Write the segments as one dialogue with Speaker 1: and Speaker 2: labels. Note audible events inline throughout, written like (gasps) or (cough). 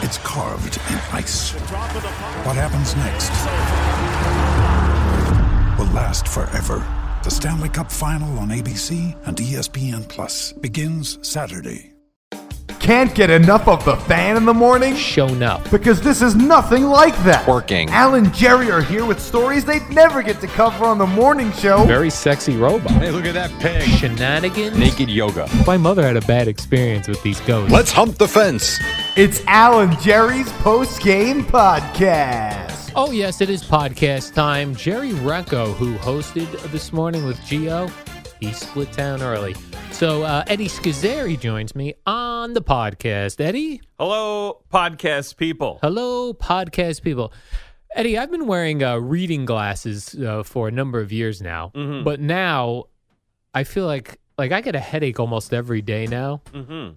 Speaker 1: it's carved in ice. What happens next will last forever. The Stanley Cup Final on ABC and E ESPN Plus begins Saturday.
Speaker 2: Can't get enough of the fan in the morning?
Speaker 3: shown up.
Speaker 2: Because this is nothing like that.
Speaker 4: Twerking.
Speaker 2: Al and Jerry are here with stories they'd never get to cover on the morning show.
Speaker 3: Very sexy robot.
Speaker 4: Hey, look at that pig.
Speaker 3: Shenanigans.
Speaker 4: Naked yoga.
Speaker 3: My mother had a bad experience with these ghosts.
Speaker 4: Let's hump the fence.
Speaker 2: It's Al and Jerry's post game podcast.
Speaker 3: Oh, yes, it is podcast time. Jerry Recco, who hosted this morning with Geo, he split town early. So uh, Eddie Schizzeri joins me on the podcast. Eddie,
Speaker 5: Hello, podcast people.
Speaker 3: hello, podcast people. Eddie, I've been wearing uh, reading glasses uh, for a number of years now,
Speaker 5: Mm-hmm.
Speaker 3: but now I feel like like I get a headache almost every day now.
Speaker 5: Mm-hmm.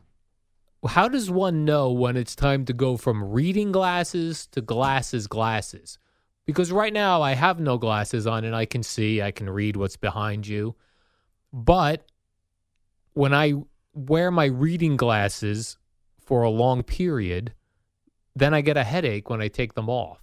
Speaker 3: how does one know when it's time to go from reading glasses to glasses glasses because right now i have no glasses on and i can see i can read what's behind you but when i wear my reading glasses for a long period then i get a headache when i take them off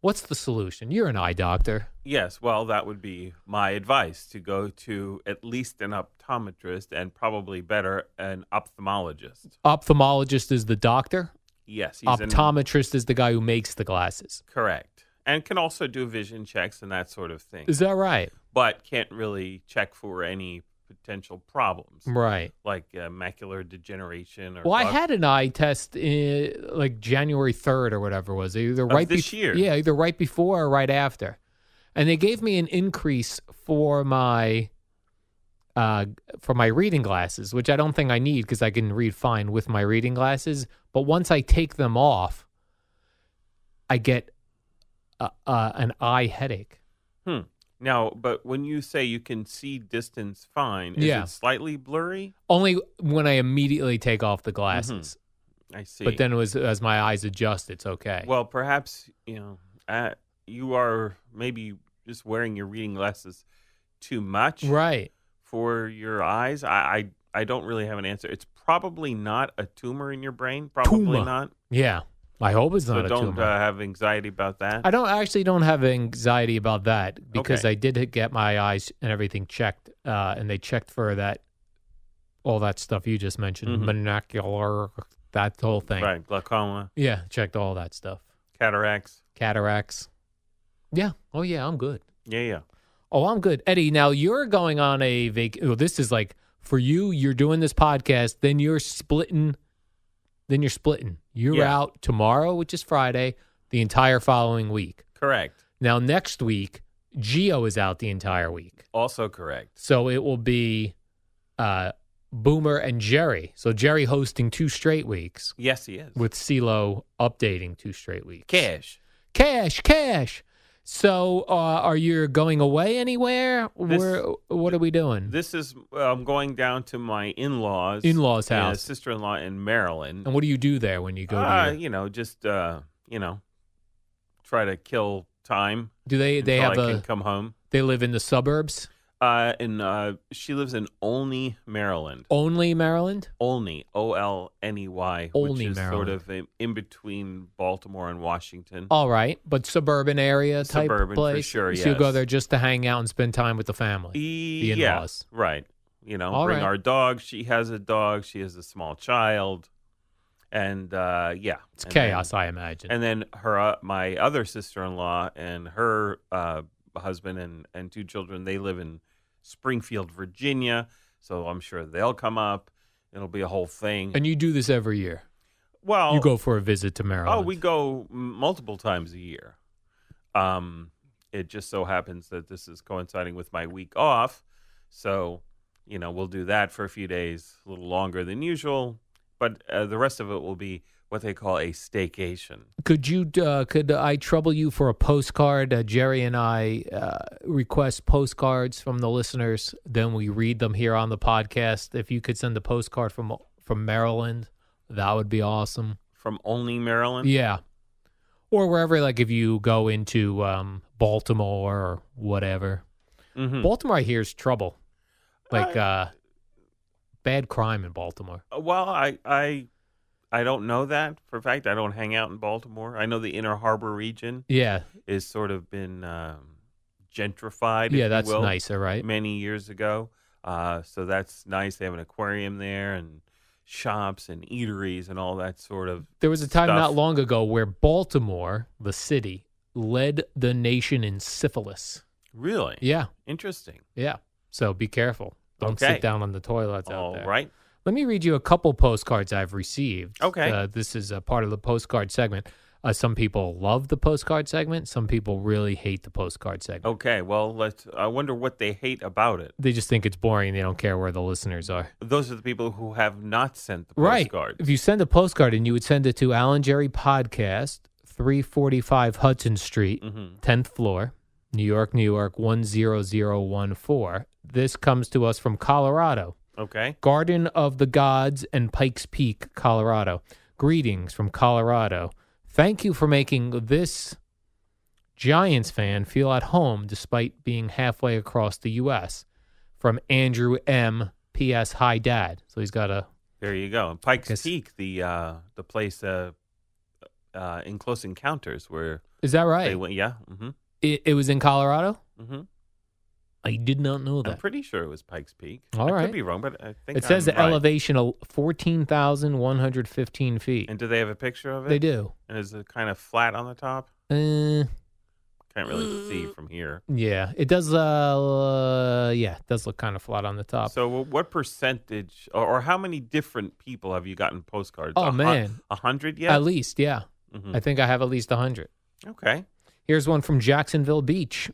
Speaker 3: what's the solution you're an eye doctor
Speaker 5: Yes, well, that would be my advice to go to at least an optometrist and probably better an ophthalmologist.
Speaker 3: ophthalmologist is the doctor
Speaker 5: Yes, an-
Speaker 3: optometrist is the guy who makes the glasses
Speaker 5: correct, and can also do vision checks and that sort of thing,
Speaker 3: is that right
Speaker 5: but can't really check for any potential problems
Speaker 3: right
Speaker 5: like uh, macular degeneration or.
Speaker 3: Well, I
Speaker 5: glauc-
Speaker 3: had an eye test in, like January third or whatever it was either
Speaker 5: Of
Speaker 3: right
Speaker 5: this
Speaker 3: bef-
Speaker 5: year.
Speaker 3: Yeah, either right before or right after, and they gave me an increase for my uh, for my reading glasses, which I don't think I need because I can read fine with my reading glasses. But once I take them off, I get uh, uh, an eye headache.
Speaker 5: Hmm. Now, but when you say you can see distance fine, is
Speaker 3: Yeah.
Speaker 5: it slightly blurry?
Speaker 3: Only when I immediately take off the glasses.
Speaker 5: I Mm-hmm. see.
Speaker 3: But then it was as my eyes adjust, it's okay.
Speaker 5: Well, perhaps you know uh, you are maybe just wearing your reading glasses too much
Speaker 3: right.
Speaker 5: for your eyes. I, I I don't really have an answer. It's probably not a tumor in your brain. Probably
Speaker 3: Tumor.
Speaker 5: not.
Speaker 3: Yeah. I hope it's not
Speaker 5: so
Speaker 3: a
Speaker 5: don't
Speaker 3: tumor.
Speaker 5: Uh, have anxiety about that.
Speaker 3: I don't I actually don't have anxiety about that because
Speaker 5: Okay.
Speaker 3: I did get my eyes and everything checked, uh, and they checked for that, all that stuff you just mentioned, monocular, that whole thing.
Speaker 5: Mm-hmm. Right, glaucoma,
Speaker 3: Yeah, checked all that stuff,
Speaker 5: cataracts.
Speaker 3: cataracts. Yeah. Oh yeah, I'm good.
Speaker 5: Yeah, yeah.
Speaker 3: Oh, I'm good, Eddie. Now you're going on a vac. Oh, this is like for you. You're doing this podcast, then you're splitting, then you're splitting. You're
Speaker 5: Yeah.
Speaker 3: out tomorrow, which is Friday, the entire following week.
Speaker 5: Correct.
Speaker 3: Now next week, Geo is out the entire week,
Speaker 5: Also correct.
Speaker 3: so it will be uh, Boomer and Jerry. So Jerry hosting two straight weeks
Speaker 5: Yes, he is.
Speaker 3: with CeeLo updating two straight weeks.
Speaker 5: cash.
Speaker 3: cash, cash. So uh, are you going away anywhere?
Speaker 5: This-
Speaker 3: Where, what are we doing?
Speaker 5: This is. well, I'm going down to my in-laws.
Speaker 3: In-laws'
Speaker 5: yeah,
Speaker 3: house.
Speaker 5: sister-in-law in Maryland.
Speaker 3: and what do you do there when you go?
Speaker 5: Uh,
Speaker 3: to your,
Speaker 5: you know, just uh, you know, try to kill time.
Speaker 3: do they? They
Speaker 5: until
Speaker 3: have
Speaker 5: I
Speaker 3: a.
Speaker 5: can come home.
Speaker 3: They live in the suburbs
Speaker 5: Uh, and uh, she lives in Olney, Maryland.
Speaker 3: only, Maryland.
Speaker 5: Olney, O L N E Y, which
Speaker 3: Olney,
Speaker 5: is sort
Speaker 3: Maryland. Oh,
Speaker 5: of in, in between Baltimore and Washington.
Speaker 3: All right, but suburban area type
Speaker 5: Mm-hmm. Suburban for
Speaker 3: place.
Speaker 5: sure,
Speaker 3: So you go
Speaker 5: yes.
Speaker 3: there just to hang out and spend time with the family.
Speaker 5: E-
Speaker 3: the
Speaker 5: yeah,
Speaker 3: in-laws.
Speaker 5: right. You know,
Speaker 3: All
Speaker 5: bring
Speaker 3: right.
Speaker 5: our dog. She has a dog. She has a small child, and uh, yeah,
Speaker 3: It's
Speaker 5: And then-
Speaker 3: chaos, I imagine.
Speaker 5: and then her uh, my other sister-in-law and her uh, husband and and two children they live in Springfield, Virginia. So I'm sure they'll come up. It'll be a whole thing.
Speaker 3: And you do this every year.
Speaker 5: well,
Speaker 3: you go for a visit to Maryland.
Speaker 5: Oh, we go m- multiple times a year. Um, it just so happens that this is coinciding with my week off, so you know we'll do that for a few days, a little longer than usual. But uh, the rest of it will be what they call a staycation.
Speaker 3: Could you? Uh, could I trouble you for a postcard? Uh, Jerry and I uh, request postcards from the listeners. Then we read them here on the podcast. If you could send a postcard from from Maryland, that would be awesome.
Speaker 5: From only Maryland,
Speaker 3: Yeah, or wherever. Like if you go into um, Baltimore or whatever.
Speaker 5: Mhm.
Speaker 3: Baltimore, I hear is trouble. Like uh, bad crime in Baltimore.
Speaker 5: Uh, Well, I I I don't know that for a fact. I don't hang out in Baltimore. I know the Inner Harbor region
Speaker 3: Yeah,
Speaker 5: is sort of been um, gentrified. if
Speaker 3: yeah,
Speaker 5: you
Speaker 3: that's
Speaker 5: will.
Speaker 3: nicer, right?
Speaker 5: many years ago. Uh, so that's nice. They have an aquarium there and shops and eateries and all that sort of.
Speaker 3: There was a time not
Speaker 5: stuff.
Speaker 3: long ago where Baltimore, the city, led the nation in syphilis.
Speaker 5: Really
Speaker 3: Yeah,
Speaker 5: interesting.
Speaker 3: yeah. So be careful. Don't
Speaker 5: Okay.
Speaker 3: sit down on the toilets out
Speaker 5: All
Speaker 3: there.
Speaker 5: right.
Speaker 3: Let me read you a couple postcards I've received.
Speaker 5: Okay.
Speaker 3: Uh, this is a part of the postcard segment. Uh, some people love the postcard segment. Some people really hate the postcard segment.
Speaker 5: Okay. Well, let's. I wonder what they hate about it.
Speaker 3: They just think it's boring. They don't care where the listeners are.
Speaker 5: Those are the people who have not sent the
Speaker 3: Right.
Speaker 5: postcard.
Speaker 3: If you send a postcard and you would send it to Alan Jerry Podcast, 345 Hudson Street, 10th floor, New York, New York 10014. This comes to us from Colorado,
Speaker 5: Okay.
Speaker 3: Garden of the Gods and Pikes Peak, Colorado. Greetings from Colorado. Thank you for making this Giants fan feel at home despite being halfway across the U.S. From Andrew M. P.S. Hi, Dad. So he's got a
Speaker 5: There you go. And Pikes
Speaker 3: Guess-
Speaker 5: Peak, the uh, the place uh, uh, in Close Encounters where
Speaker 3: Is that right?
Speaker 5: they went. Yeah. hmm
Speaker 3: it, it was in Colorado.
Speaker 5: hmm
Speaker 3: I did not know that.
Speaker 5: I'm pretty sure it was Pikes Peak.
Speaker 3: All
Speaker 5: I
Speaker 3: right.
Speaker 5: could be wrong, but I think
Speaker 3: it says
Speaker 5: I'm
Speaker 3: the
Speaker 5: right.
Speaker 3: elevation of fourteen thousand one hundred fifteen feet.
Speaker 5: And do they have a picture of it?
Speaker 3: They do.
Speaker 5: And is it kind of flat on the top?
Speaker 3: Uh,
Speaker 5: Can't
Speaker 3: (gasps)
Speaker 5: really see from here.
Speaker 3: yeah, it does. Uh, yeah, it does look kind of flat on the top.
Speaker 5: So, wh- what percentage or, or how many different people have you gotten postcards?
Speaker 3: Oh,
Speaker 5: A hun-
Speaker 3: man.
Speaker 5: a hundred yet?
Speaker 3: At least, yeah.
Speaker 5: Mhm.
Speaker 3: I think I have at least hundred.
Speaker 5: Okay,
Speaker 3: Here's one from Jacksonville Beach.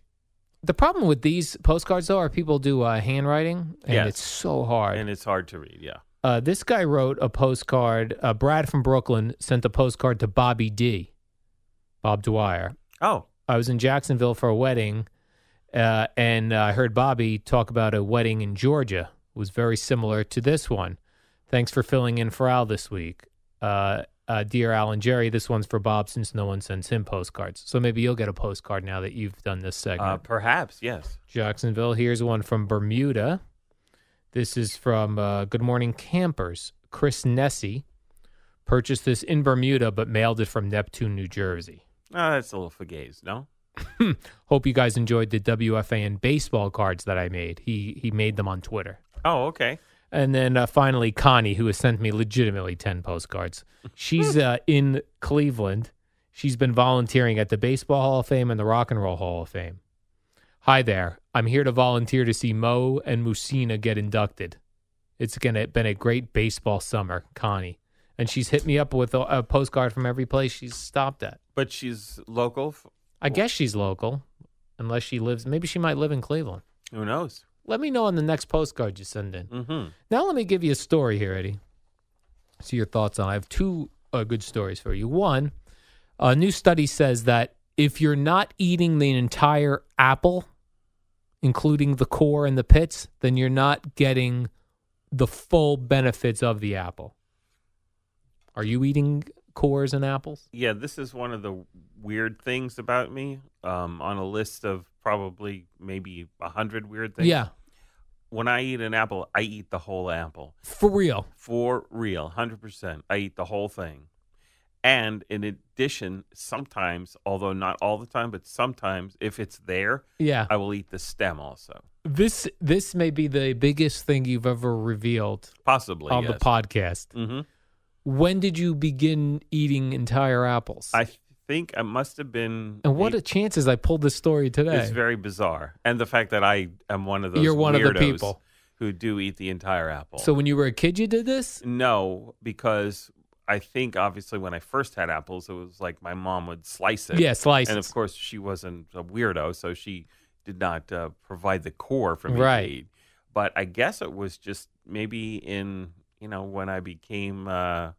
Speaker 3: The problem with these postcards, though, are people do uh, handwriting, and
Speaker 5: Yes.
Speaker 3: it's so hard.
Speaker 5: and it's hard to read. Yeah.
Speaker 3: uh, this guy wrote a postcard. Uh, Brad from Brooklyn sent a postcard to Bobby D. Bob Dwyer.
Speaker 5: Oh,
Speaker 3: I was in Jacksonville for a wedding, uh, and uh, I heard Bobby talk about a wedding in Georgia. It was very similar to this one. Thanks for filling in for Al this week. Uh, uh, dear Al and Jerry, this one's for Bob since no one sends him postcards. So maybe you'll get a postcard now that you've done this segment.
Speaker 5: uh, perhaps yes.
Speaker 3: Jacksonville. Here's one from Bermuda. This is from uh, Good Morning Campers. Chris Nessie purchased this in Bermuda but mailed it from Neptune, New Jersey.
Speaker 5: Oh, that's a little fugaze. No.
Speaker 3: Hope you guys enjoyed the WFAN baseball cards that I made. He he made them on Twitter.
Speaker 5: Oh, okay.
Speaker 3: And then uh, finally, Connie, who has sent me legitimately 10 postcards. She's uh, in Cleveland. She's been volunteering at the Baseball Hall of Fame and the Rock and Roll Hall of Fame. Hi there. I'm here to volunteer to see Mo and Musina get inducted. It's gonna been a great baseball summer, Connie. And she's hit me up with a, a postcard from every place she's stopped at.
Speaker 5: But she's local. f-
Speaker 3: I guess she's local, unless she lives. Maybe she might live in Cleveland.
Speaker 5: Who knows?
Speaker 3: Let me know on the next postcard you send in.
Speaker 5: Mm-hmm.
Speaker 3: Now let me give you a story here, Eddie. See your thoughts on. it. I have two uh, good stories for you. One, a new study says that if you're not eating the entire apple, including the core and the pits, then you're not getting the full benefits of the apple. Are you eating cores and apples?
Speaker 5: Yeah, this is one of the weird things about me. Um, on a list of probably maybe a hundred weird things.
Speaker 3: Yeah,
Speaker 5: When I eat an apple, I eat the whole apple.
Speaker 3: for real.
Speaker 5: for real 100% i eat the whole thing and in addition sometimes although not all the time but sometimes if it's there
Speaker 3: Yeah.
Speaker 5: i will eat the stem also
Speaker 3: This this may be the biggest thing you've ever revealed
Speaker 5: possibly
Speaker 3: on the podcast.
Speaker 5: hmm
Speaker 3: When did you begin eating entire apples?
Speaker 5: i th- think I must have been.
Speaker 3: And what
Speaker 5: a-
Speaker 3: a chances I pulled this story today.
Speaker 5: It's very bizarre, and the fact that I am one of those
Speaker 3: You're one of the
Speaker 5: weirdos
Speaker 3: people.
Speaker 5: who do eat the entire apple.
Speaker 3: so when you were a kid, you did this?
Speaker 5: no, because I think obviously when I first had apples, it was like my mom would slice it.
Speaker 3: Yeah, slice.
Speaker 5: and of course she wasn't a weirdo, so she did not uh, provide the core for me
Speaker 3: Right.
Speaker 5: to eat. But I guess it was just maybe in you know when I became uh,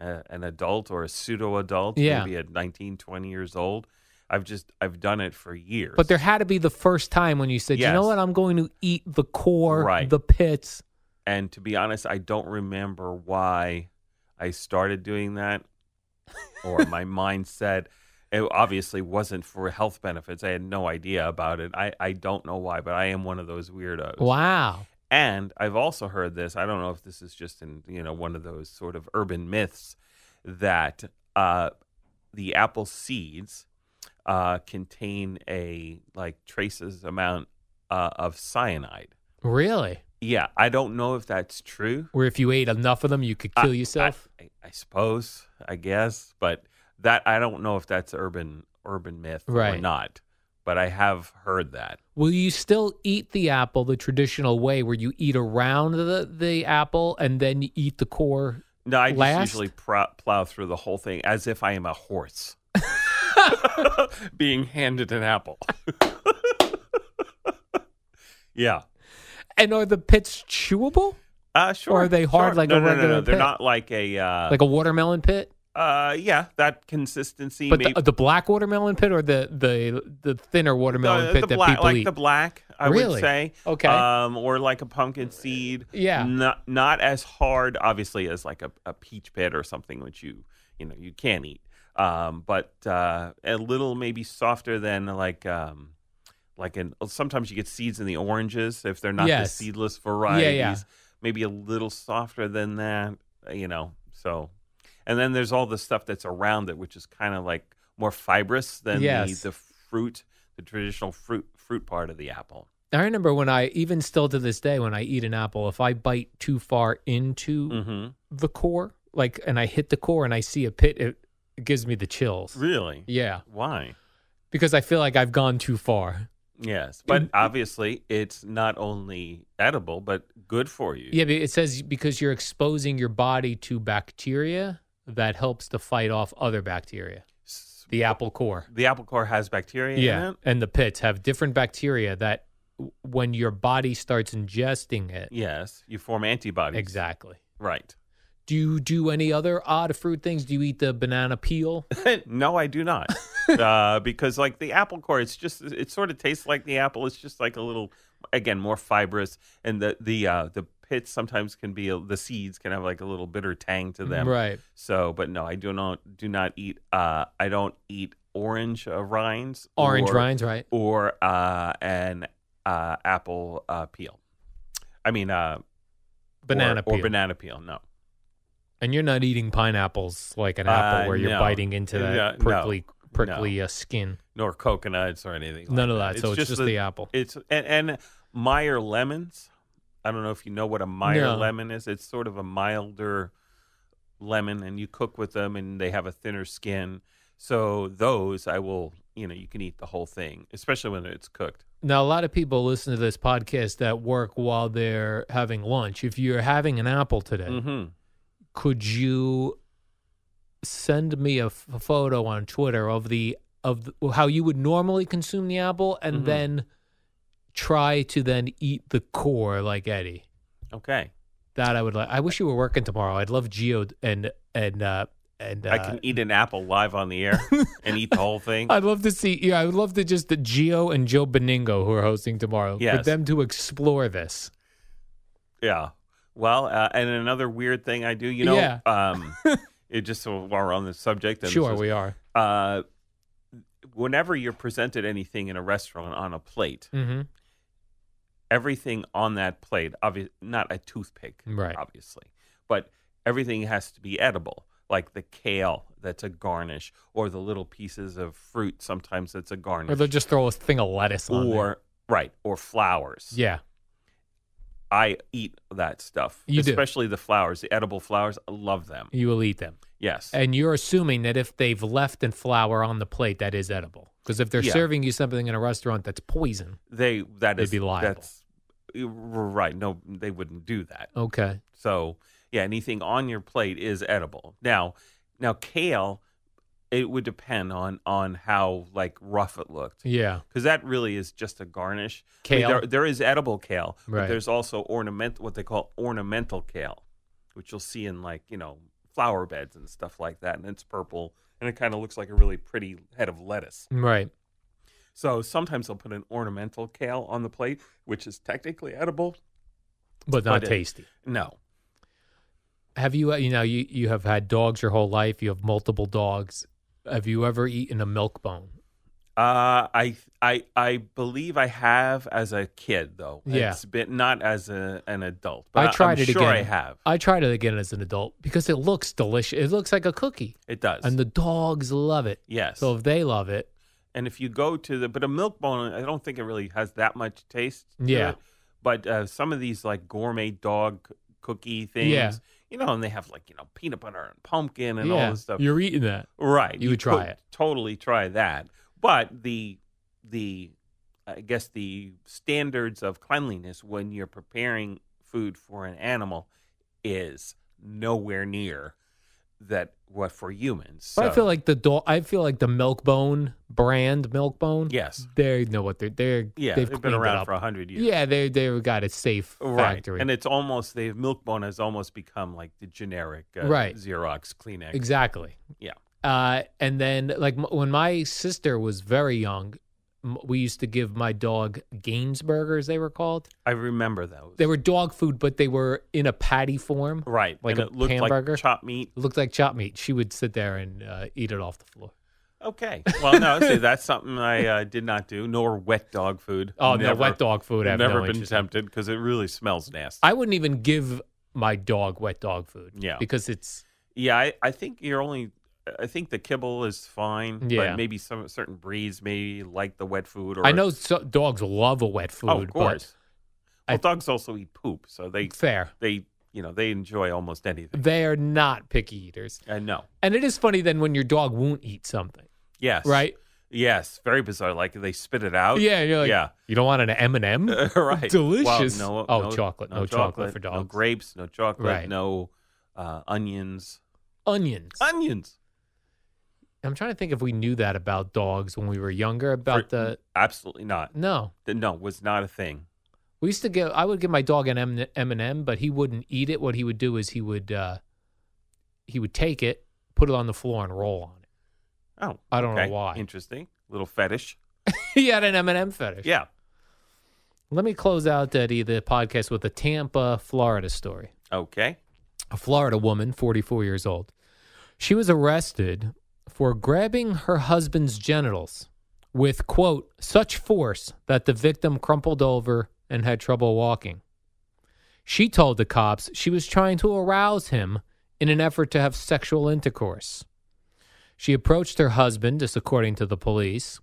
Speaker 5: a, an adult or a pseudo adult,
Speaker 3: Yeah.
Speaker 5: maybe at 19, 20 years old. I've just I've done it for years.
Speaker 3: But there had to be the first time when you said, you know
Speaker 5: Yes.
Speaker 3: what, I'm going to eat the core,
Speaker 5: Right.
Speaker 3: the pits.
Speaker 5: And to be honest, I don't remember why I started doing that or my mindset. It obviously wasn't for health benefits. I had no idea about it. I, I don't know why, but I am one of those weirdos.
Speaker 3: Wow.
Speaker 5: And I've also heard this. I don't know if this is just in, you know, one of those sort of urban myths that uh, the apple seeds uh, contain a like traces amount uh, of cyanide.
Speaker 3: Really?
Speaker 5: Yeah, I don't know if that's true.
Speaker 3: Where if you ate enough of them, you could
Speaker 5: I-
Speaker 3: kill yourself?
Speaker 5: I, I suppose, I guess, but that I don't know if that's urban urban myth or
Speaker 3: Right.
Speaker 5: not. But I have heard that.
Speaker 3: Will you still eat the apple the traditional way where you eat around the, the apple and then you eat the core?
Speaker 5: No, I
Speaker 3: Last?
Speaker 5: just usually pro- plow through the whole thing as if I am
Speaker 3: (laughs)
Speaker 5: a horse being handed an apple. (laughs) yeah.
Speaker 3: And are the pits chewable?
Speaker 5: Uh, sure.
Speaker 3: are they hard
Speaker 5: sure.
Speaker 3: like
Speaker 5: no,
Speaker 3: a
Speaker 5: no, No, no,
Speaker 3: regular
Speaker 5: They're
Speaker 3: pit?
Speaker 5: not like a. Uh,
Speaker 3: like a watermelon pit?
Speaker 5: uh, yeah, that consistency.
Speaker 3: But
Speaker 5: maybe,
Speaker 3: the, the black watermelon pit or the, the, the thinner watermelon
Speaker 5: Uh,
Speaker 3: pit that
Speaker 5: black,
Speaker 3: people
Speaker 5: like
Speaker 3: eat?
Speaker 5: the black, I
Speaker 3: Really?
Speaker 5: would say.
Speaker 3: Okay.
Speaker 5: Um, or like a pumpkin seed.
Speaker 3: Yeah.
Speaker 5: Not not as hard, obviously, as like a, a peach pit or something which you you know you can eat. Um, but uh, a little maybe softer than like um, like an sometimes you get seeds in the oranges if they're not
Speaker 3: Yes.
Speaker 5: the seedless varieties.
Speaker 3: yeah.
Speaker 5: Maybe a little softer than that, you know. So, and then there's all the stuff that's around it, which is kind of like more fibrous than
Speaker 3: Yes.
Speaker 5: the, the fruit, the traditional fruit fruit part of the apple.
Speaker 3: I remember when I, even still to this day, when I eat an apple, if I bite too far into
Speaker 5: Mm-hmm.
Speaker 3: the core, like, and I hit the core and I see a pit, it, it gives me the chills.
Speaker 5: Really?
Speaker 3: Yeah,
Speaker 5: Why?
Speaker 3: because I feel like I've gone too far.
Speaker 5: Yes,
Speaker 3: Mm-hmm.
Speaker 5: but obviously it's not only edible but good for you.
Speaker 3: Yeah, but it says because you're exposing your body to bacteria that helps to fight off other bacteria.
Speaker 5: S-
Speaker 3: The apple core.
Speaker 5: The apple core has bacteria in
Speaker 3: Yeah,
Speaker 5: it.
Speaker 3: and the pits have different bacteria that w- when your body starts ingesting it.
Speaker 5: Yes, you form antibodies.
Speaker 3: Exactly.
Speaker 5: Right.
Speaker 3: Do you do any other odd fruit things? Do you eat the banana peel?
Speaker 5: (laughs) no, I do not. uh, because like the apple core, it's just it sort of tastes like the apple. It's just like a little again more fibrous, and the the uh, the pits sometimes can be the seeds can have like a little bitter tang to them.
Speaker 3: Mm, Right.
Speaker 5: So, but no, I do not do not eat. Uh, I don't eat orange uh, rinds,
Speaker 3: Orange
Speaker 5: or,
Speaker 3: rinds, right?
Speaker 5: or uh, an uh, apple uh, peel. I mean, uh,
Speaker 3: Banana
Speaker 5: or,
Speaker 3: peel.
Speaker 5: or banana peel. No.
Speaker 3: And you're not eating pineapples like an
Speaker 5: Uh,
Speaker 3: apple where you're
Speaker 5: no.
Speaker 3: biting into that
Speaker 5: No, no,
Speaker 3: prickly prickly uh, skin.
Speaker 5: nor coconuts or anything. like
Speaker 3: None of that. So it's just the
Speaker 5: a-
Speaker 3: apple.
Speaker 5: It's and, and Meyer lemons. I don't know if you know what a Meyer
Speaker 3: No.
Speaker 5: lemon is. It's sort of a milder lemon, and you cook with them, and they have a thinner skin. So those, I will, you know, you can eat the whole thing, especially when it's cooked.
Speaker 3: Now a lot of people listen to this podcast at work while they're having lunch. If you're having an apple today,
Speaker 5: hmm
Speaker 3: could you send me a, f- a photo on Twitter of the of the, how you would normally consume the apple and
Speaker 5: Mhm.
Speaker 3: then try to then eat the core like Eddie?
Speaker 5: Okay,
Speaker 3: That I would like. I wish you were working tomorrow. I'd love Geo and and uh, and uh,
Speaker 5: I can eat an apple live on the
Speaker 3: (laughs)
Speaker 5: air and eat the whole thing.
Speaker 3: I'd love to see. Yeah, I would love to just the Geo and Joe Beningo who are hosting tomorrow for
Speaker 5: Yes.
Speaker 3: them to explore this.
Speaker 5: Yeah. Well, uh, and another weird thing I do, you know,
Speaker 3: Yeah. (laughs)
Speaker 5: um, it just so while we're on the subject, and this
Speaker 3: Sure,
Speaker 5: is-
Speaker 3: we are.
Speaker 5: uh, whenever you're presented anything in a restaurant on a plate,
Speaker 3: Mm-hmm.
Speaker 5: everything on that plate, obvi- not a toothpick,
Speaker 3: Right.
Speaker 5: obviously, but everything has to be edible, like the kale that's a garnish, or the little pieces of fruit sometimes that's a
Speaker 3: Or
Speaker 5: garnish,
Speaker 3: they'll just throw a thing of lettuce on. there.
Speaker 5: Or- right, or flowers.
Speaker 3: yeah,
Speaker 5: I eat that stuff,
Speaker 3: You do.
Speaker 5: especially the flowers, the edible flowers. I love them.
Speaker 3: you will eat them.
Speaker 5: Yes.
Speaker 3: And you're assuming that if they've left and flour on the plate, that is edible. Because if they're
Speaker 5: Yeah.
Speaker 3: serving you something in a restaurant that's poison,
Speaker 5: they that
Speaker 3: They'd
Speaker 5: is
Speaker 3: be liable.
Speaker 5: that's right. No, they wouldn't do that.
Speaker 3: okay.
Speaker 5: So yeah, anything on your plate is edible. Now, now kale, it would depend on on how like rough it looked
Speaker 3: Yeah.
Speaker 5: because that really is just a garnish. I mean,
Speaker 3: Kale.
Speaker 5: there, there is edible kale, but
Speaker 3: Right.
Speaker 5: there's also ornament what they call ornamental kale, which you'll see in like you know flower beds and stuff like that, and it's purple and it kind of looks like a really pretty head of lettuce.
Speaker 3: Right.
Speaker 5: So sometimes they'll put an ornamental kale on the plate, which is technically edible.
Speaker 3: But not
Speaker 5: But it-
Speaker 3: tasty.
Speaker 5: No.
Speaker 3: Have you, you know, you, you have had dogs your whole life, you have multiple dogs. Have you ever eaten a milk bone?
Speaker 5: Uh, I I I believe I have as a kid though.
Speaker 3: Yeah.
Speaker 5: It's been not as a, an adult. But
Speaker 3: I
Speaker 5: I'm
Speaker 3: tried it
Speaker 5: sure
Speaker 3: again. Uh,
Speaker 5: I have.
Speaker 3: I tried it again as an adult because it looks delicious. It looks like a cookie,
Speaker 5: It does.
Speaker 3: and the dogs love it.
Speaker 5: yes.
Speaker 3: So if they love it,
Speaker 5: and if you go to the but a milk bone, I don't think it really has that much taste. to
Speaker 3: Yeah.
Speaker 5: it. But uh, some of these like gourmet dog c- cookie things,
Speaker 3: Yeah.
Speaker 5: you know, and they have like you know peanut butter and pumpkin and all
Speaker 3: yeah,
Speaker 5: this stuff.
Speaker 3: you're eating that.
Speaker 5: Right.
Speaker 3: You would try
Speaker 5: could
Speaker 3: it.
Speaker 5: Totally try that. But the the I guess the standards of cleanliness when you're preparing food for an animal is nowhere near that what for humans.
Speaker 3: But I
Speaker 5: So,
Speaker 3: feel like the dog. I feel like the Milkbone brand, Milkbone.
Speaker 5: yes.
Speaker 3: they know what they're they're
Speaker 5: Yeah,
Speaker 3: they've,
Speaker 5: they've, been
Speaker 3: cleaned it
Speaker 5: around
Speaker 3: up.
Speaker 5: for a hundred years.
Speaker 3: Yeah, they they've got a safe
Speaker 5: Right,
Speaker 3: factory.
Speaker 5: and it's almost they've Milkbone has almost become like the generic uh,
Speaker 3: Right.
Speaker 5: Xerox Kleenex.
Speaker 3: exactly.
Speaker 5: Yeah.
Speaker 3: Uh, and then like m- when my sister was very young, m- we used to give my dog Gainsburgers. They were called.
Speaker 5: I remember those.
Speaker 3: They were dog food, but they were in a patty form.
Speaker 5: right,
Speaker 3: like
Speaker 5: and
Speaker 3: a
Speaker 5: it looked
Speaker 3: hamburger.
Speaker 5: like chopped meat.
Speaker 3: It looked like chopped meat. She would sit there and uh, eat it off the floor.
Speaker 5: Okay. Well, no, see, that's something I uh, did not do, nor wet dog food.
Speaker 3: Oh
Speaker 5: Never-
Speaker 3: no, wet dog food. I have
Speaker 5: never
Speaker 3: no
Speaker 5: been
Speaker 3: interest in.
Speaker 5: tempted because it really smells nasty.
Speaker 3: I wouldn't even give my dog wet dog food.
Speaker 5: Yeah.
Speaker 3: because it's
Speaker 5: yeah, I, I think you're only. I think the kibble is fine,
Speaker 3: Yeah.
Speaker 5: but maybe some certain breeds maybe like the wet food. Or
Speaker 3: I know so, dogs love a wet food.
Speaker 5: oh, of course.
Speaker 3: I-
Speaker 5: well, dogs also eat poop, so they
Speaker 3: But fair.
Speaker 5: they you know they enjoy
Speaker 3: (laughs)
Speaker 5: almost anything. Uh,
Speaker 3: They are not picky eaters,
Speaker 5: I know.
Speaker 3: and it is funny then when your dog won't eat something,
Speaker 5: Yes.
Speaker 3: right?
Speaker 5: Yes. Very bizarre. Like they spit it out.
Speaker 3: Yeah, you're like,
Speaker 5: yeah. Uh,
Speaker 3: you don't want an M and M.
Speaker 5: (laughs) right.
Speaker 3: Delicious.
Speaker 5: Well, no,
Speaker 3: Oh,
Speaker 5: no-
Speaker 3: chocolate. No chocolate for
Speaker 5: No
Speaker 3: dogs.
Speaker 5: grapes. No chocolate.
Speaker 3: Right.
Speaker 5: No uh, onions.
Speaker 3: Onions.
Speaker 5: Onions.
Speaker 3: I'm trying to think if we knew that about dogs when we were younger.
Speaker 5: For-
Speaker 3: About the
Speaker 5: absolutely not.
Speaker 3: no,
Speaker 5: Th- No, was not a thing.
Speaker 3: we used to give. I would give my dog an M and M, but he wouldn't eat it. What he would do is he would uh, he would take it, put it on the floor, and roll on it. (laughs)
Speaker 5: Oh,
Speaker 3: I don't know
Speaker 5: okay.
Speaker 3: why.
Speaker 5: Interesting. Little fetish.
Speaker 3: he had an M and M fetish.
Speaker 5: Yeah.
Speaker 3: Let me close out that the podcast with a Tampa, Florida story.
Speaker 5: Okay.
Speaker 3: A Florida woman, 44 years old, she was arrested for grabbing her husband's genitals with, quote, such force that the victim crumpled over and had trouble walking. She told the cops she was trying to arouse him in an effort to have sexual intercourse. She approached her husband, this according to the police,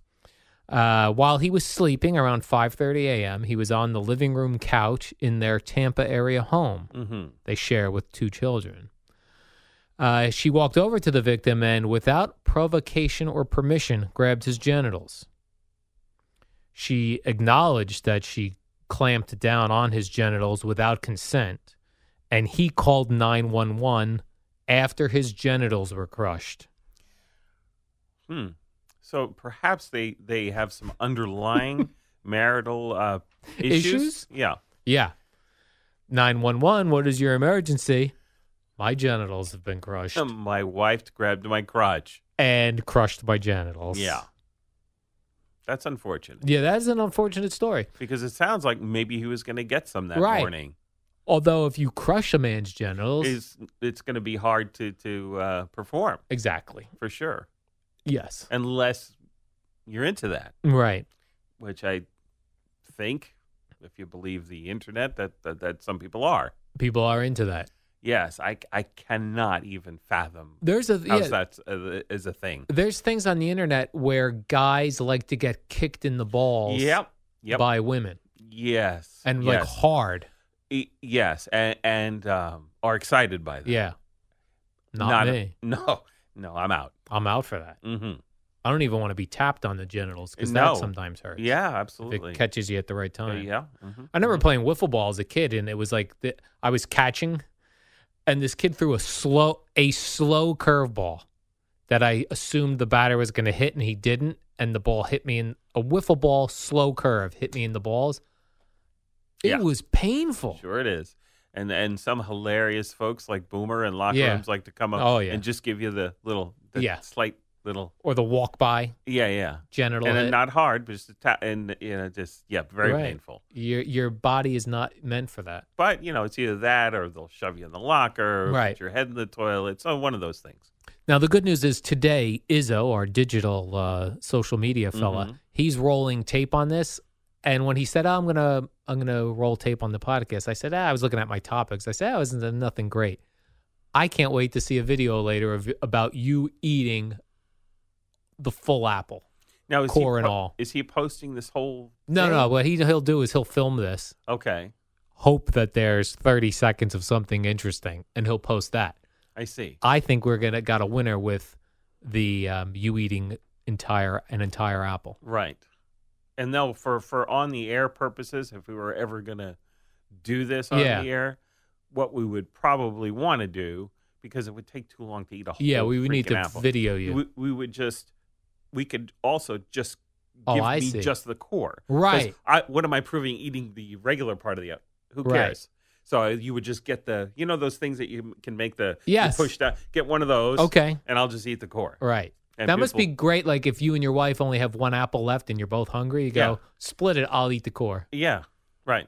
Speaker 3: uh, while he was sleeping around 5:30 a.m. He was on the living room couch in their Tampa area home
Speaker 5: Mm-hmm.
Speaker 3: they share with two children. Uh, she walked over to the victim and, without provocation or permission, grabbed his genitals. She acknowledged that she clamped down on his genitals without consent, and he called 911 after his genitals were crushed.
Speaker 5: Hmm. So perhaps they they have some
Speaker 3: (laughs)
Speaker 5: underlying marital uh, issues?
Speaker 3: Issues?
Speaker 5: Yeah.
Speaker 3: Yeah. 911, what is your emergency? My genitals have been crushed
Speaker 5: Um, my wife grabbed my crotch.
Speaker 3: and crushed my genitals.
Speaker 5: Yeah. That's unfortunate
Speaker 3: Yeah, that is an unfortunate story.
Speaker 5: because it sounds like maybe he was going to get some that
Speaker 3: Right.
Speaker 5: morning.
Speaker 3: Although if you crush a man's genitals,
Speaker 5: Is it's going to be hard to to uh, perform
Speaker 3: exactly.
Speaker 5: for sure,
Speaker 3: Yes.
Speaker 5: unless you're into that.
Speaker 3: Right.
Speaker 5: which I think, if you believe the internet, that that, that some people are.
Speaker 3: People are into that.
Speaker 5: Yes, I, I cannot even fathom
Speaker 3: There's a
Speaker 5: how
Speaker 3: yeah,
Speaker 5: that uh, is a thing.
Speaker 3: there's things on the internet where guys like to get kicked in the balls
Speaker 5: Yep. Yep.
Speaker 3: by women
Speaker 5: yes.
Speaker 3: and
Speaker 5: yes.
Speaker 3: like hard.
Speaker 5: E- yes, and, and um, are excited by that.
Speaker 3: Yeah. Not, me.
Speaker 5: (laughs) No, no, I'm out.
Speaker 3: I'm out for that.
Speaker 5: hmm
Speaker 3: I don't even want to be tapped on the genitals because
Speaker 5: No.
Speaker 3: that sometimes hurts.
Speaker 5: Yeah,
Speaker 3: If
Speaker 5: absolutely.
Speaker 3: it catches you at the right
Speaker 5: Uh,
Speaker 3: time.
Speaker 5: yeah. mhm.
Speaker 3: I remember playing wiffle ball as a kid, and it was like the, I was catching, and this kid threw a slow a slow curveball that I assumed the batter was going to hit, and he didn't, and the ball hit me in a wiffle ball slow curve hit me in the balls. It
Speaker 5: Yeah.
Speaker 3: was painful.
Speaker 5: Sure, it is. And and some hilarious folks like Boomer and locker
Speaker 3: Yeah.
Speaker 5: rooms like to come up
Speaker 3: Oh, yeah.
Speaker 5: and just give you the little, the
Speaker 3: Yeah.
Speaker 5: slight little,
Speaker 3: Or the walk by
Speaker 5: yeah, yeah,
Speaker 3: genital
Speaker 5: and
Speaker 3: hit.
Speaker 5: then not hard, but just a ta- and you know, just yeah, very
Speaker 3: Right.
Speaker 5: painful.
Speaker 3: your your body is not meant for that.
Speaker 5: But you know, it's either that or they'll shove you in the locker, or
Speaker 3: Right.
Speaker 5: put your head in the toilet. So one of those things.
Speaker 3: Now the good news is today Izzo, our digital uh, social media fella, he's rolling tape on this. And when he said, oh, "I'm gonna I'm gonna roll tape on the podcast," I said, ah, "I was looking at my topics. I said, oh, isn't there nothing great?" I can't wait to see a video later of about you eating the full apple.
Speaker 5: Now is
Speaker 3: Core
Speaker 5: he
Speaker 3: and all.
Speaker 5: Is he posting this whole?
Speaker 3: No,
Speaker 5: thing?
Speaker 3: no. What he, he'll do is he'll film this,
Speaker 5: Okay,
Speaker 3: hope that there's 30 seconds of something interesting, and he'll post that.
Speaker 5: I see.
Speaker 3: I think we're gonna got a winner with the um, you eating entire an entire apple.
Speaker 5: Right. And no, for for on the air purposes, if we were ever gonna do this on
Speaker 3: Yeah.
Speaker 5: the air, what we would probably want to do because it would take too long to eat a whole.
Speaker 3: Yeah, we would need
Speaker 5: freaking
Speaker 3: to
Speaker 5: apple.
Speaker 3: video you.
Speaker 5: We, we would just we could also just
Speaker 3: Oh,
Speaker 5: give
Speaker 3: I
Speaker 5: me
Speaker 3: see.
Speaker 5: just the core. 'Cause
Speaker 3: Right.
Speaker 5: I, what am I proving? Eating the regular part of the apple. Who cares?
Speaker 3: Right.
Speaker 5: So uh, you would just get the you know those things that you can make the you
Speaker 3: Yes.
Speaker 5: push down. Get one of those.
Speaker 3: Okay.
Speaker 5: And I'll just eat the core.
Speaker 3: Right.
Speaker 5: And
Speaker 3: that must be
Speaker 5: people-
Speaker 3: great. Like if you and your wife only have one apple left and you're both hungry, you go split it. I'll eat the core,
Speaker 5: Yeah, right.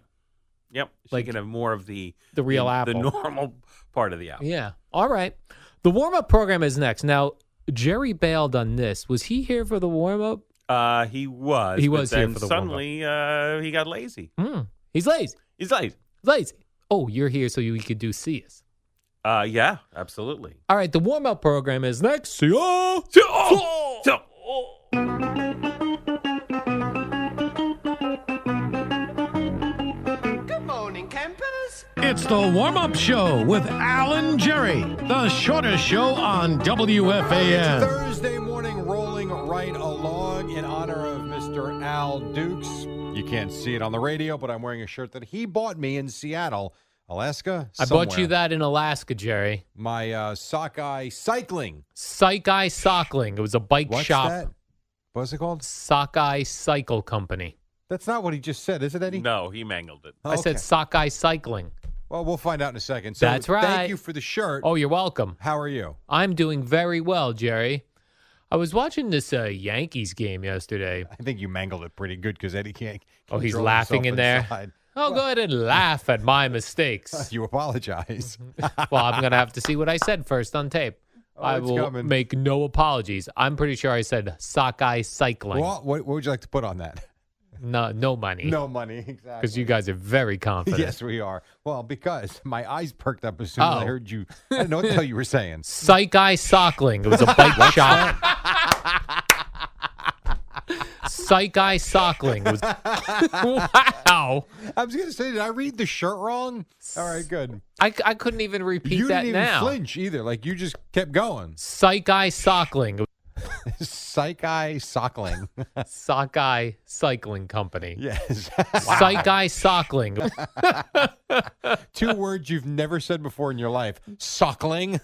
Speaker 5: Yep. She
Speaker 3: Like-
Speaker 5: can have more of the
Speaker 3: the real
Speaker 5: the,
Speaker 3: apple.
Speaker 5: the normal part of the apple.
Speaker 3: yeah. All right. The warm up program is next. Now Jerry bailed on this. Was he here for the warm up?
Speaker 5: Uh, he was.
Speaker 3: He
Speaker 5: but
Speaker 3: was here
Speaker 5: then
Speaker 3: for the warm-up.
Speaker 5: suddenly uh, he got lazy.
Speaker 3: Hmm. He's lazy.
Speaker 5: He's lazy.
Speaker 3: Lazy. Oh, you're here so you could do see us.
Speaker 5: Uh, yeah, absolutely.
Speaker 3: All right. The warm up program is next. See ya.
Speaker 5: Oh! So- oh!
Speaker 6: It's the warm up show with Alan Jerry, the shortest show on WFAN.
Speaker 4: Thursday morning rolling right along in honor of Mr. Al Dukes. You can't see it on the radio, but I'm wearing a shirt that he bought me in Seattle, Alaska.
Speaker 3: I bought you
Speaker 4: somewhere.
Speaker 3: that in Alaska, Jerry.
Speaker 4: My uh, sockeye cycling.
Speaker 3: Sockeye Sockling. It was a bike
Speaker 4: What's
Speaker 3: shop.
Speaker 4: that? What's it called?
Speaker 3: Sockeye Cycle Company.
Speaker 4: That's not what he just said, is it, Eddie?
Speaker 5: No, he mangled it.
Speaker 3: I said
Speaker 4: Okay.
Speaker 3: sockeye cycling.
Speaker 4: Well, we'll find out in a second. So
Speaker 3: That's right.
Speaker 4: Thank you for the shirt.
Speaker 3: Oh, you're welcome.
Speaker 4: How are you?
Speaker 3: I'm doing very well, Jerry. I was watching this uh, Yankees game yesterday.
Speaker 4: I think you mangled it pretty good because Eddie can't.
Speaker 3: Oh, he's
Speaker 4: control
Speaker 3: laughing in
Speaker 4: himself
Speaker 3: there.
Speaker 4: inside.
Speaker 3: I'll go
Speaker 4: (laughs)
Speaker 3: ahead and laugh at my mistakes.
Speaker 4: You apologize.
Speaker 3: well, I'm going to have to see what I said first on tape.
Speaker 4: Oh,
Speaker 3: I
Speaker 4: it's
Speaker 3: will
Speaker 4: coming.
Speaker 3: make no apologies. I'm pretty sure I said sockeye cycling.
Speaker 4: Well, what, what would you like to put on that?
Speaker 3: No, no money.
Speaker 4: No (laughs) money, exactly.
Speaker 3: Because you guys are
Speaker 4: (laughs)
Speaker 3: very confident.
Speaker 4: Yes, we are. Well, because my eyes perked up as soon as
Speaker 3: Oh.
Speaker 4: I heard you. I didn't know what the hell you
Speaker 3: (laughs)
Speaker 4: were saying.
Speaker 3: Psyche Sockling. It was a
Speaker 4: (laughs)
Speaker 3: bike shop. Psyche Sockling. It was... (laughs) wow.
Speaker 4: I was going to say, did I read the shirt wrong? All right, good.
Speaker 3: I, I couldn't even repeat
Speaker 4: you
Speaker 3: that
Speaker 4: didn't even
Speaker 3: now.
Speaker 4: flinch either. Like you just kept going. (laughs)
Speaker 3: Psyche Sockling.
Speaker 4: Psych eye sockling.
Speaker 3: Sockeye Cycling Company.
Speaker 4: (laughs) (laughs) yes.
Speaker 3: Psyche Sockling.
Speaker 4: Two words you've never said before in your life.
Speaker 3: (laughs)
Speaker 4: Sockling.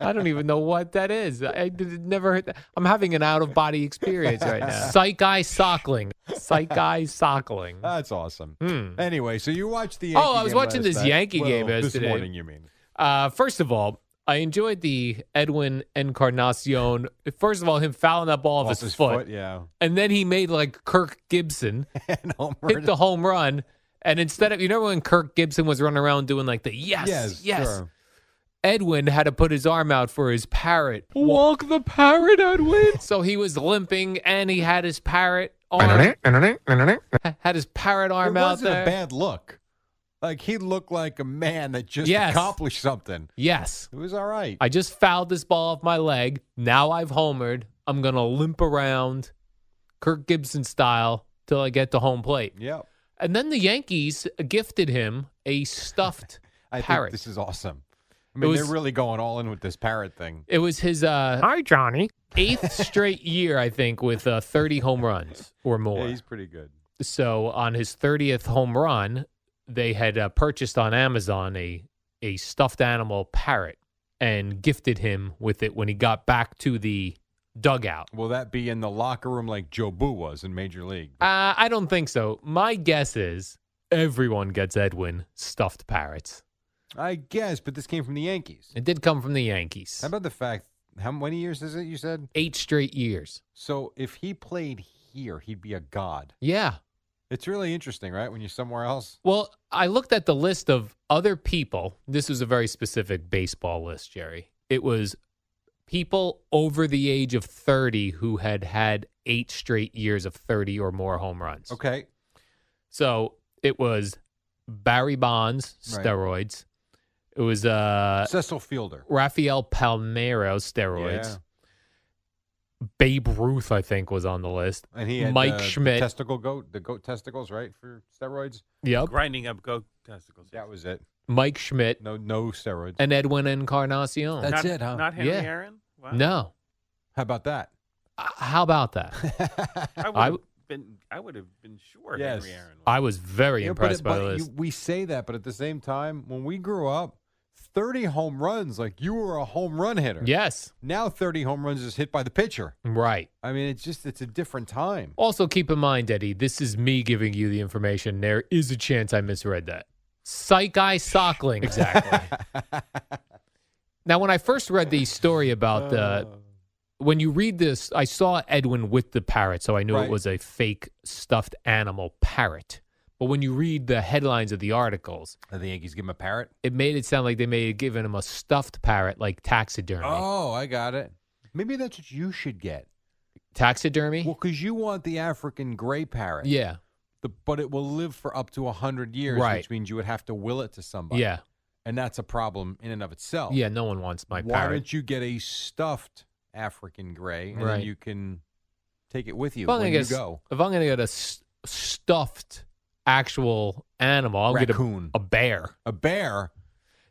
Speaker 3: I don't even know what that is. I did, never heard that. I'm having an out of body experience right
Speaker 4: (laughs)
Speaker 3: now. Psyche Sockling. Psyche Sockling.
Speaker 4: That's awesome. Anyway, so you watched the.
Speaker 3: Hmm. Oh,
Speaker 4: Yankee
Speaker 3: I was
Speaker 4: game
Speaker 3: watching
Speaker 4: last
Speaker 3: this
Speaker 4: night.
Speaker 3: Yankee
Speaker 4: Well,
Speaker 3: game
Speaker 4: this
Speaker 3: yesterday.
Speaker 4: morning. You mean?
Speaker 3: Uh, first of all, I enjoyed the Edwin Encarnacion. First of all, him fouling that ball off,
Speaker 4: Off
Speaker 3: his, foot,
Speaker 4: yeah. (laughs)
Speaker 3: and then he made like Kirk Gibson
Speaker 4: And Homer.
Speaker 3: hit the home run. And instead of you know when Kirk Gibson was running around doing like the yes, yes,
Speaker 4: Yes, sure.
Speaker 3: Edwin had to put his arm out for his parrot. Walk the parrot, Edwin. so he was limping, and he had his parrot arm, (laughs) had his parrot arm
Speaker 4: it
Speaker 3: out
Speaker 4: wasn't
Speaker 3: there.
Speaker 4: a bad look. Like he looked like a man that just
Speaker 3: Yes.
Speaker 4: accomplished something.
Speaker 3: yes,
Speaker 4: It was all right.
Speaker 3: I just fouled this ball off my leg. Now I've homered. I'm going to limp around Kirk Gibson style till I get to home plate.
Speaker 4: yep.
Speaker 3: And then the Yankees gifted him a stuffed
Speaker 4: I
Speaker 3: parrot.
Speaker 4: think this is awesome. I mean,
Speaker 3: was-
Speaker 4: they're really going all in with this parrot thing.
Speaker 3: It was his uh,
Speaker 6: Hi, Johnny.
Speaker 3: eighth straight year, I think, with uh, 30 home runs or
Speaker 4: Yeah,
Speaker 3: more.
Speaker 4: he's pretty good.
Speaker 3: so on his 30th home run, they had uh, purchased on Amazon a a stuffed animal parrot and gifted him with it when he got back to the dugout.
Speaker 4: Will that be in the locker room like Joe Boo was in Major League?
Speaker 3: Uh, I don't think so. My guess is everyone gets Edwin stuffed parrots.
Speaker 4: I guess, but this came from the Yankees.
Speaker 3: It did come from the Yankees.
Speaker 4: How about the fact? How many years is it? You said.
Speaker 3: Eight straight years.
Speaker 4: So if he played here, he'd be a god.
Speaker 3: Yeah.
Speaker 4: It's really interesting, right? When you're somewhere else.
Speaker 3: Well, I looked at the list of other people. This was a very specific baseball list, Jerry. It was people over the age of 30 who had had eight straight years of 30 or more home runs.
Speaker 4: Okay.
Speaker 3: So it was Barry Bonds,
Speaker 4: Right.
Speaker 3: steroids. It was uh,
Speaker 4: Cecil Fielder.
Speaker 3: Rafael Palmeiro, steroids.
Speaker 4: Yeah.
Speaker 3: Babe Ruth, I think, was on the list.
Speaker 4: And he had
Speaker 3: Mike
Speaker 4: uh, the
Speaker 3: Schmidt.
Speaker 4: testicle goat, the goat testicles, right? For steroids.
Speaker 3: Yep.
Speaker 5: Grinding up goat testicles.
Speaker 4: That was it.
Speaker 3: Mike Schmidt
Speaker 4: No, no steroids.
Speaker 3: and Edwin Encarnacion.
Speaker 4: That's
Speaker 5: not,
Speaker 4: it, huh?
Speaker 5: Not Henry
Speaker 3: Yeah.
Speaker 5: Aaron? Wow.
Speaker 3: no.
Speaker 4: How
Speaker 3: (laughs)
Speaker 4: about that?
Speaker 3: Uh, How about that?
Speaker 5: I would
Speaker 3: I
Speaker 5: have
Speaker 3: w-
Speaker 5: been. I would have been sure
Speaker 4: Yes.
Speaker 5: Henry Aaron. Was.
Speaker 3: I was very
Speaker 4: Yeah, but
Speaker 3: impressed
Speaker 4: it-
Speaker 3: by
Speaker 4: but
Speaker 3: the
Speaker 4: you-
Speaker 3: list.
Speaker 4: we say that, but at the same time, when we grew up, 30 home runs, like you were a home run hitter.
Speaker 3: Yes,
Speaker 4: Now 30 home runs is hit by the pitcher.
Speaker 3: right.
Speaker 4: I mean, it's just, it's a different time.
Speaker 3: Also, keep in mind, Eddie, this is me giving you the information. There is a chance I misread that. Psych eye sockling.
Speaker 4: (laughs)
Speaker 3: Exactly. now, when I first read the story about the. When you read this, I saw Edwin with the parrot, so I knew
Speaker 4: Right.
Speaker 3: it was a fake stuffed animal parrot. But when you read the headlines of the articles,
Speaker 4: Did the Yankees give him a parrot?
Speaker 3: it made it sound like they may have given him a stuffed parrot, like taxidermy.
Speaker 4: Oh, I got it. Maybe that's what you should get.
Speaker 3: Taxidermy?
Speaker 4: Well, because you want the African gray parrot.
Speaker 3: yeah.
Speaker 4: The, but it will live for up to 100 years,
Speaker 3: Right.
Speaker 4: which means you would have to will it to somebody.
Speaker 3: Yeah.
Speaker 4: And that's a problem in and of itself.
Speaker 3: Yeah, no one wants my
Speaker 4: oh. Why
Speaker 3: parrot.
Speaker 4: don't you get a stuffed African gray and then
Speaker 3: Right.
Speaker 4: you can take it with you
Speaker 3: If I'm gonna
Speaker 4: when you
Speaker 3: get a s-
Speaker 4: go?
Speaker 3: If I'm going to get a s- stuffed actual animal, I'll
Speaker 4: Raccoon.
Speaker 3: get a, a bear.
Speaker 4: A bear.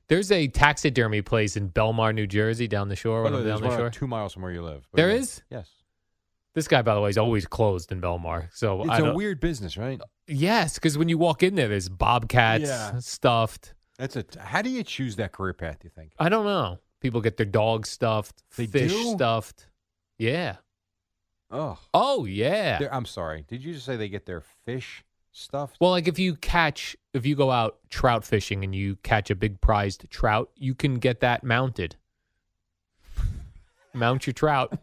Speaker 3: There's a taxidermy place in Belmar, New Jersey, down the shore.
Speaker 4: By
Speaker 3: When
Speaker 4: the way,
Speaker 3: I'm
Speaker 4: there's
Speaker 3: down the
Speaker 4: one
Speaker 3: shore.
Speaker 4: two miles from where you live. But
Speaker 3: There
Speaker 4: yeah.
Speaker 3: is?
Speaker 4: Yes.
Speaker 3: This guy, by the way, is always closed in Belmar. So I
Speaker 4: It's a
Speaker 3: don't.
Speaker 4: weird business, right?
Speaker 3: yes, because when you walk in there, there's bobcats
Speaker 4: Yeah.
Speaker 3: stuffed.
Speaker 4: That's a. How do you choose that career path? You think?
Speaker 3: I don't know. People get their dogs stuffed,
Speaker 4: They
Speaker 3: fish
Speaker 4: do?
Speaker 3: stuffed. Yeah.
Speaker 4: Oh,
Speaker 3: Oh yeah.
Speaker 4: They're- I'm sorry. Did you just say they get their fish stuffed?
Speaker 3: Well, like if you catch, if you go out trout fishing and you catch a big prized trout, you can get that mounted. Mount your
Speaker 4: (laughs)
Speaker 3: trout.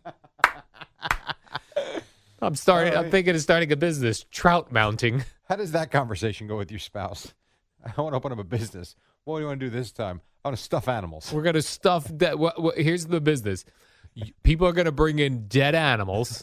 Speaker 3: I'm starting. I'm thinking of starting a business, trout mounting. (laughs)
Speaker 4: How does that conversation go with your spouse? (laughs) I want to open up a business. What do you want to do this time? I want to stuff animals.
Speaker 3: We're gonna stuff that. wha wha- here's the business. You- People are gonna bring in dead
Speaker 4: (laughs)
Speaker 3: animals.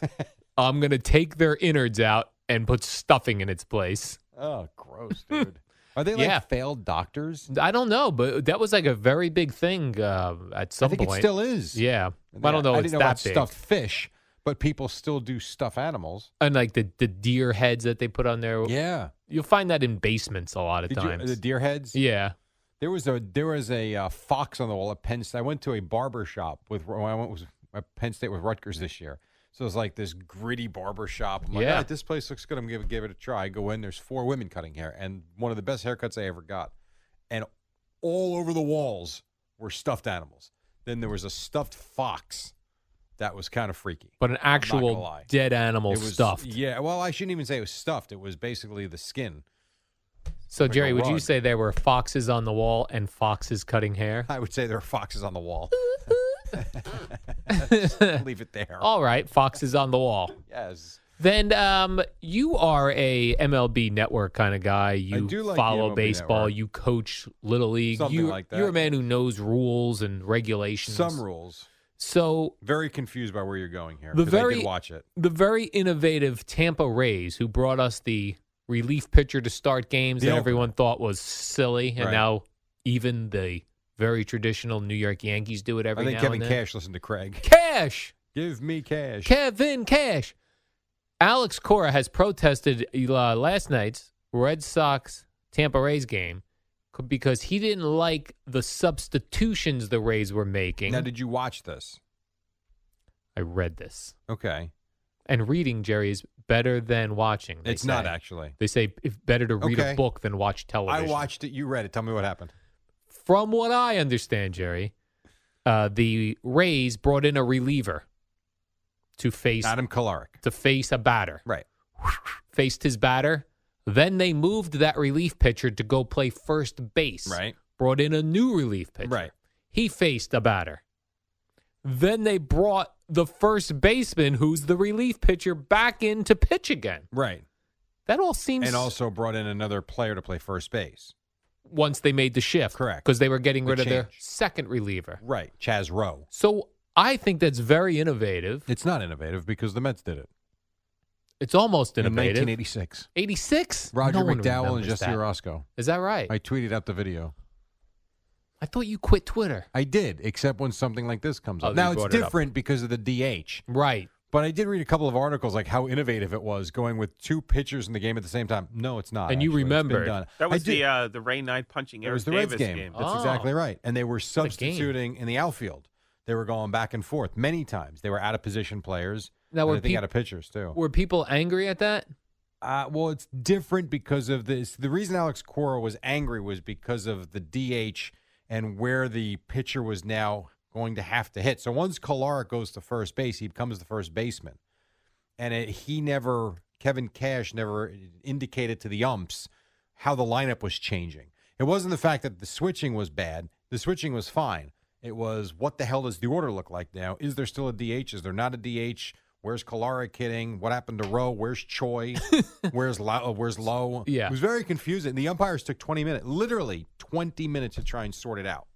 Speaker 3: I'm gonna take their innards out and put stuffing in its place.
Speaker 4: (laughs) Oh, gross, dude. Are they like
Speaker 3: Yeah.
Speaker 4: failed doctors?
Speaker 3: I don't know, but that was like a very big thing uh, at some
Speaker 4: I think
Speaker 3: point.
Speaker 4: it still is.
Speaker 3: yeah, I don't know.
Speaker 4: I
Speaker 3: it's
Speaker 4: didn't know
Speaker 3: that
Speaker 4: about
Speaker 3: big.
Speaker 4: stuffed fish, but people still do stuff animals.
Speaker 3: and like the, the deer heads that they put on there.
Speaker 4: Yeah.
Speaker 3: You'll find that in basements a lot of
Speaker 4: Did you, uh,
Speaker 3: times.
Speaker 4: the deer heads?
Speaker 3: yeah.
Speaker 4: There was a there was a uh, fox on the wall at Penn State. I went to a barber shop with when I went was at Penn State with Rutgers this year. So it's like this gritty barber shop. I'm like,
Speaker 3: Yeah.
Speaker 4: "All right, this place looks good. I'm gonna give it a try. I go in. There's four women cutting hair, and one of the best haircuts I ever got. And all over the walls were stuffed animals. Then there was a stuffed fox. That was kind of freaky.
Speaker 3: But an actual
Speaker 4: lie.
Speaker 3: dead animal
Speaker 4: It was-
Speaker 3: stuffed.
Speaker 4: Yeah. Well, I shouldn't even say it was stuffed. It was basically the skin. (laughs)
Speaker 3: so,
Speaker 4: like a
Speaker 3: Jerry, would you
Speaker 4: rug.
Speaker 3: say there were foxes on the wall and foxes cutting hair?
Speaker 4: (laughs) I would say there are foxes on
Speaker 3: (laughs)
Speaker 4: the wall. Leave it there.
Speaker 3: All right, foxes on the wall.
Speaker 4: Yes.
Speaker 3: Then um, you are a MLB network kind of guy. You
Speaker 4: do like the
Speaker 3: follow
Speaker 4: MLB
Speaker 3: baseball.
Speaker 4: Network.
Speaker 3: You coach little league.
Speaker 4: Something
Speaker 3: you,
Speaker 4: like that,
Speaker 3: You're a man who knows rules and regulations.
Speaker 4: Some rules.
Speaker 3: So
Speaker 4: Very confused by where you're going here.
Speaker 3: The
Speaker 4: 'cause I did
Speaker 3: very-
Speaker 4: watch it.
Speaker 3: the very innovative Tampa Rays, who brought us the relief pitcher to start games
Speaker 4: The
Speaker 3: that
Speaker 4: opener.
Speaker 3: everyone thought was silly, and
Speaker 4: Right.
Speaker 3: now even the very traditional New York Yankees do it every
Speaker 4: I think
Speaker 3: now and
Speaker 4: Kevin
Speaker 3: then.
Speaker 4: Cash listened to Craig. (laughs)
Speaker 3: Cash,
Speaker 4: Give me cash.
Speaker 3: Kevin Cash. Alex Cora has protested uh, last night's Red Sox Tampa Rays game c- because he didn't like the substitutions the Rays were making.
Speaker 4: Now, did you watch this?
Speaker 3: I read this.
Speaker 4: Okay,
Speaker 3: And reading, Jerry, is better than watching. they
Speaker 4: it's not
Speaker 3: say.
Speaker 4: actually.
Speaker 3: They say it's better to read
Speaker 4: Okay.
Speaker 3: a book than watch television.
Speaker 4: I watched it. You read it. Tell me what happened.
Speaker 3: From what I understand, Jerry, uh, the Rays brought in a reliever to face
Speaker 4: Adam Kolarik.
Speaker 3: to face a batter.
Speaker 4: Right.
Speaker 3: Faced his batter. Then they moved that relief pitcher to go play first base.
Speaker 4: Right.
Speaker 3: Brought in a new relief pitcher.
Speaker 4: Right.
Speaker 3: He faced a batter. Then they brought the first baseman, who's the relief pitcher, back in to pitch again.
Speaker 4: Right.
Speaker 3: That all seems
Speaker 4: And also brought in another player to play first base.
Speaker 3: once they made the shift.
Speaker 4: Correct.
Speaker 3: Because they were getting
Speaker 4: The
Speaker 3: rid of their
Speaker 4: change.
Speaker 3: second reliever.
Speaker 4: Right. Chaz Rowe.
Speaker 3: So I think that's very innovative.
Speaker 4: It's not innovative because the Mets did it
Speaker 3: It's almost
Speaker 4: in
Speaker 3: innovative.
Speaker 4: 1986.
Speaker 3: 86?
Speaker 4: Roger
Speaker 3: No one
Speaker 4: McDowell and
Speaker 3: remembers
Speaker 4: Jesse
Speaker 3: that.
Speaker 4: Orozco.
Speaker 3: Is that right?
Speaker 4: I tweeted out the video.
Speaker 3: I thought you quit Twitter.
Speaker 4: I did, except when something like this comes
Speaker 3: Oh,
Speaker 4: up.
Speaker 3: you
Speaker 4: Now it's
Speaker 3: brought it up.
Speaker 4: different because of the DH.
Speaker 3: Right.
Speaker 4: But I did read a couple of articles like how innovative it was going with two pitchers in the game at the same time. No, it's not.
Speaker 3: And you
Speaker 4: actually. It's been
Speaker 3: remembered.
Speaker 4: done.
Speaker 5: That
Speaker 4: I
Speaker 5: was
Speaker 4: did-
Speaker 5: the uh, the Ray Knight punching
Speaker 4: It
Speaker 5: Eric
Speaker 4: was the
Speaker 5: Davis
Speaker 4: Reds game. That's
Speaker 3: Oh.
Speaker 4: exactly right. And they were
Speaker 3: game.
Speaker 4: substituting in the outfield. They were going back and forth many times. They were out of position players.
Speaker 3: Now,
Speaker 4: and
Speaker 3: were
Speaker 4: I think
Speaker 3: peop-
Speaker 4: out of pitchers too.
Speaker 3: Were people angry at that?
Speaker 4: Uh, well, it's different because of this. The reason Alex Cora was angry was because of the DH and where the pitcher was now going to have to hit. So once Kolar goes to first base, he becomes the first baseman. And it, he never, Kevin Cash never indicated to the umps how the lineup was changing. It wasn't the fact that the switching was bad, the switching was fine. It was what the hell does the order look like now? Is there still a DH? Is there not a DH? Where's Kalara kidding? What happened to Rowe? Where's Choi? where's Low? Where's Low?
Speaker 3: Yeah.
Speaker 4: It was very confusing. The umpires took 20 minutes, literally 20 minutes to try and sort it out.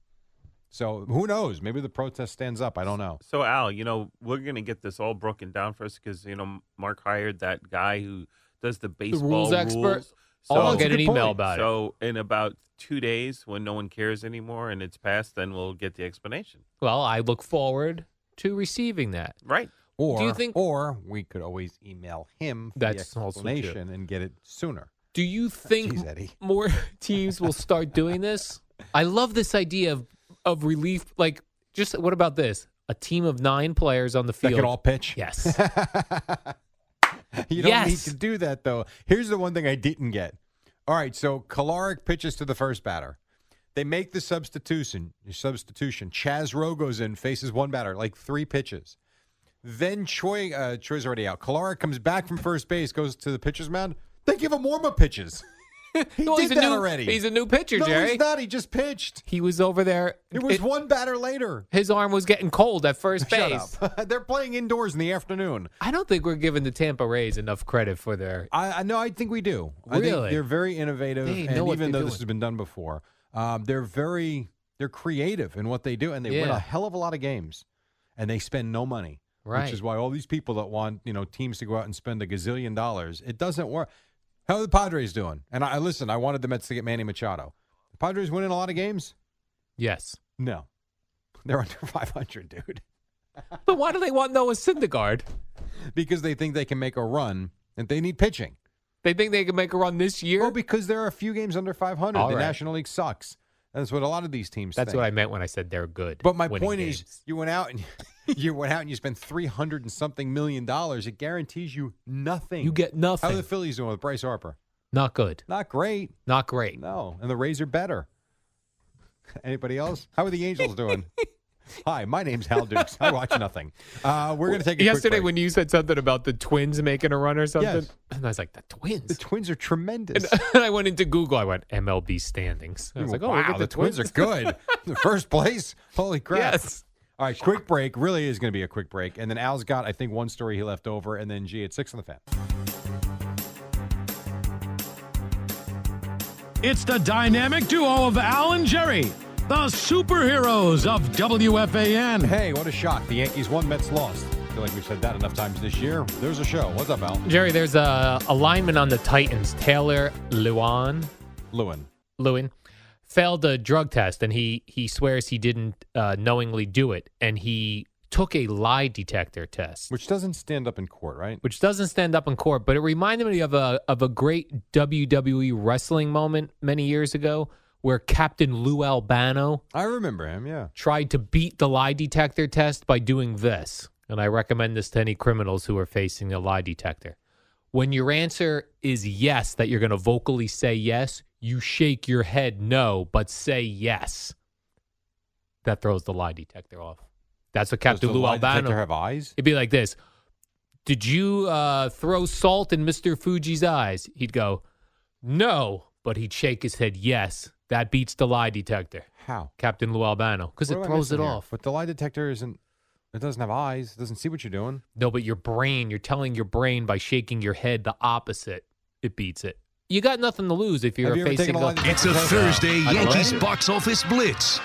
Speaker 4: So who knows? Maybe the protest stands up. I don't know.
Speaker 5: So Al, you know we're gonna get this all broken down for us because you know Mark hired that guy who does the baseball
Speaker 3: rules expert?
Speaker 5: So,
Speaker 3: oh, I'll
Speaker 4: that's a
Speaker 3: get an
Speaker 4: good
Speaker 3: email
Speaker 4: point.
Speaker 3: about it.
Speaker 5: so in about two days, when no one cares anymore and it's passed, then we'll get the explanation.
Speaker 3: Well, I look forward to receiving that.
Speaker 5: Right.
Speaker 4: Or
Speaker 3: you think-
Speaker 4: or we could always email him for
Speaker 3: That's
Speaker 4: the
Speaker 3: also true.
Speaker 4: explanation and get it sooner.
Speaker 3: Do you think
Speaker 4: Jeez, Eddie.
Speaker 3: more (laughs) teams will start doing this? I love this idea of of relief. Like, just what about this? A team of nine players on the
Speaker 4: That
Speaker 3: field.
Speaker 4: could all pitch.
Speaker 3: yes.
Speaker 4: (laughs) you don't need
Speaker 3: Yes.
Speaker 4: to do that though. Here's the one thing I didn't get. All right, so Kolarik pitches to the first batter. They make the substitution. Substitution. Chaz Rowe goes in, faces one batter, like three pitches. Then Choi, uh, Choi's already out. Kolarik comes back from first base, goes to the pitcher's mound. They give him warm
Speaker 3: (laughs)
Speaker 4: up pitches. He
Speaker 3: No,
Speaker 4: did
Speaker 3: Oh, he's a
Speaker 4: that
Speaker 3: new,
Speaker 4: already.
Speaker 3: He's a new pitcher,
Speaker 4: no,
Speaker 3: Jerry.
Speaker 4: he's not. He just pitched.
Speaker 3: He was over there.
Speaker 4: It was
Speaker 3: it-
Speaker 4: one batter later.
Speaker 3: his arm was getting cold at first base.
Speaker 4: Shut up. (laughs) They're playing indoors in the afternoon.
Speaker 3: I don't think we're giving the Tampa Rays enough credit for their.
Speaker 4: I I- no, I think we do. I think
Speaker 3: Really?
Speaker 4: they're very innovative,
Speaker 3: They know
Speaker 4: and
Speaker 3: what
Speaker 4: even though
Speaker 3: they're
Speaker 4: this
Speaker 3: doing.
Speaker 4: has been done before, um, they're very they're creative in what they do, and they win
Speaker 3: Yeah.
Speaker 4: a hell of a lot of games, and they spend no money,
Speaker 3: Right.
Speaker 4: which is why all these people that want you know teams to go out and spend a gazillion dollars, it doesn't work. How are the Padres doing? And I I- listen, I wanted the Mets to get Manny Machado. The Padres winning a lot of games?
Speaker 3: Yes.
Speaker 4: No, (laughs) they're under five hundred, dude. (laughs)
Speaker 3: But why do they want Noah Syndergaard?
Speaker 4: because they think they can make a run and they need pitching.
Speaker 3: They think they can make a run this year?
Speaker 4: Well, because there are a few games under 500.
Speaker 3: All
Speaker 4: the
Speaker 3: right.
Speaker 4: National League sucks. That's what a lot of these teams.
Speaker 3: That's
Speaker 4: think.
Speaker 3: what I meant when I said they're good.
Speaker 4: But my
Speaker 3: winning
Speaker 4: point
Speaker 3: games.
Speaker 4: is, you went out and (laughs) you went out and you spent 300 and something million dollars. It guarantees you nothing.
Speaker 3: you get
Speaker 4: How
Speaker 3: nothing.
Speaker 4: are the Phillies doing with Bryce Harper?
Speaker 3: Not good.
Speaker 4: Not great.
Speaker 3: Not great.
Speaker 4: No, and the Rays are better. (laughs) Anybody else? How are the
Speaker 3: (laughs)
Speaker 4: Angels doing? Hi, my name's Hal Dukes. I watch nothing. Uh, we're gonna take a
Speaker 3: Yesterday,
Speaker 4: quick break.
Speaker 3: when you said something about the twins making a run or something,
Speaker 4: Yes.
Speaker 3: and I was like, the twins?
Speaker 4: the Twins are tremendous.
Speaker 3: (laughs) and uh, I went into Google. I went MLB standings. I was like, oh, look
Speaker 4: wow,
Speaker 3: at
Speaker 4: the Twins are good.
Speaker 3: (laughs)
Speaker 4: the first place. Holy crap.
Speaker 3: Yes.
Speaker 4: All right, quick break. Really is going to be a quick break. And then Al's got, I think, one story he left over. And then G at six on the fan.
Speaker 6: It's the dynamic duo of Al and Jerry, the superheroes of WFAN.
Speaker 4: Hey, what a shock. The Yankees won, Mets lost. I feel like we've said that enough times this year. There's a show. What's up, Al?
Speaker 3: Jerry, there's a, a lineman on the Titans, Taylor Luan.
Speaker 4: Lewin.
Speaker 3: Lewin failed a drug test, and he he swears he didn't uh, knowingly do it, and he took a lie detector test,
Speaker 4: Which doesn't stand up in court, right?
Speaker 3: which doesn't stand up in court, but it reminded me of a of a great WWE wrestling moment E many years ago where Captain Lou Albano
Speaker 4: I remember him. Yeah.
Speaker 3: tried to beat the lie detector test by doing this. And I recommend this to any criminals who are facing the lie detector. When your answer is yes, that you're going to vocally say yes, you shake your head no, but say yes. That throws the lie detector off. That's what
Speaker 4: Does
Speaker 3: Captain
Speaker 4: the
Speaker 3: Lou
Speaker 4: lie detector
Speaker 3: Albano.
Speaker 4: have eyes?
Speaker 3: It'd be like this Did you uh, throw salt in Mr. Fuji's eyes? He'd go, No, but he'd shake his head yes. That beats the lie detector.
Speaker 4: How?
Speaker 3: Captain Lou Albano, because
Speaker 4: What
Speaker 3: it
Speaker 4: am I
Speaker 3: throws it
Speaker 4: missing here?
Speaker 3: off.
Speaker 4: But the lie detector isn't. It doesn't have eyes. It doesn't see what you're doing.
Speaker 3: No, but your brain, you're telling your brain by shaking your head the opposite, it beats it. You got nothing to lose if you're
Speaker 4: Have you ever
Speaker 3: facing
Speaker 4: taken a lie
Speaker 3: the.
Speaker 4: detector test?
Speaker 6: Thursday
Speaker 4: I've
Speaker 6: Yankees
Speaker 4: read it.
Speaker 6: box office blitz.